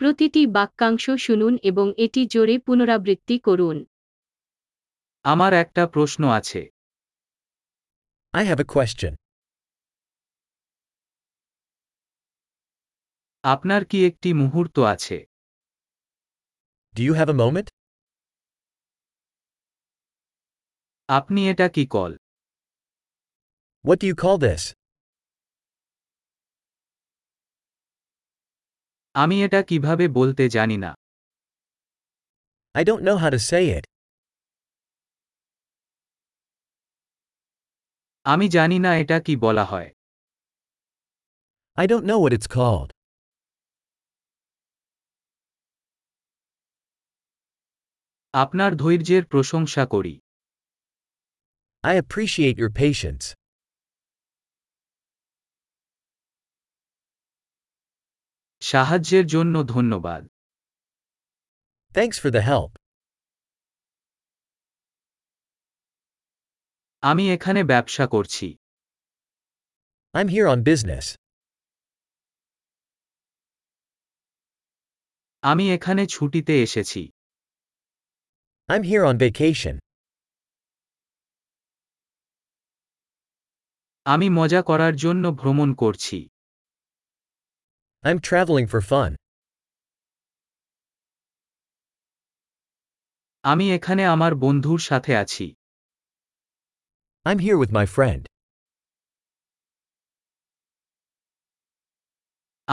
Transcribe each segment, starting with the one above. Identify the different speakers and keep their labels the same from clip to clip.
Speaker 1: প্রতিটি বাক্যাংশ শুনুন এবং এটি জোরে পুনরাবৃত্তি করুন
Speaker 2: আমার একটা প্রশ্ন আছে
Speaker 3: I have a question.
Speaker 2: আপনার কি একটি মুহূর্ত আছে
Speaker 3: Do you have a moment?
Speaker 2: আপনি এটা কি call
Speaker 3: What do you call this?
Speaker 2: আমি এটা কিভাবে বলতে জানি না
Speaker 3: I don't know how to say it.
Speaker 2: আমি জানি না এটা কি বলা হয়
Speaker 3: I don't know what it's called.
Speaker 2: আপনার ধৈর্যের প্রশংসা করি
Speaker 3: I appreciate your patience.
Speaker 2: সাহায্যের জন্য ধন্যবাদ
Speaker 3: Thanks for the help.
Speaker 2: আমি এখানে ব্যবসা করছি
Speaker 3: I'm here on business.
Speaker 2: আমি এখানে ছুটিতে এসেছি
Speaker 3: I'm here on vacation.
Speaker 2: আমি মজা করার জন্য ভ্রমণ করছি
Speaker 3: I'm traveling for fun.
Speaker 2: আমি এখানে আমার বন্ধুর সাথে আছি
Speaker 3: I'm here with my friend.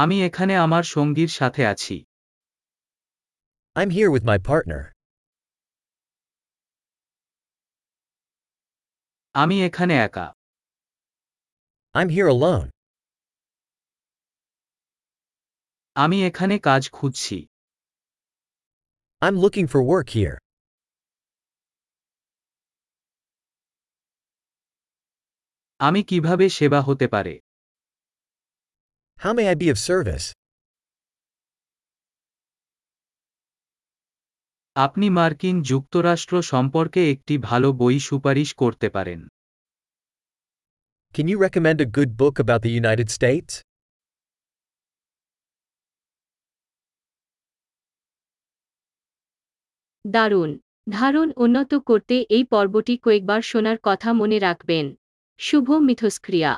Speaker 2: আমি এখানে আমার সঙ্গীর সাথে আছি
Speaker 3: I'm here with my partner.
Speaker 2: আমি এখানে একা
Speaker 3: I'm here alone.
Speaker 2: আমি এখানে কাজ খুঁজছি
Speaker 3: I'm looking for work here.
Speaker 2: আমি কিভাবে সেবা হতে পারে
Speaker 3: How may I be of service?
Speaker 2: আপনি মার্কিন যুক্তরাষ্ট্র সম্পর্কে একটি ভালো বই সুপারিশ করতে পারেন
Speaker 3: Can you recommend a good book about the United States?
Speaker 1: দারুণ ধারণ উন্নত করতে এই পর্বটি কয়েকবার শোনার কথা মনে রাখবেন শুভ মিথস্ক্রিয়া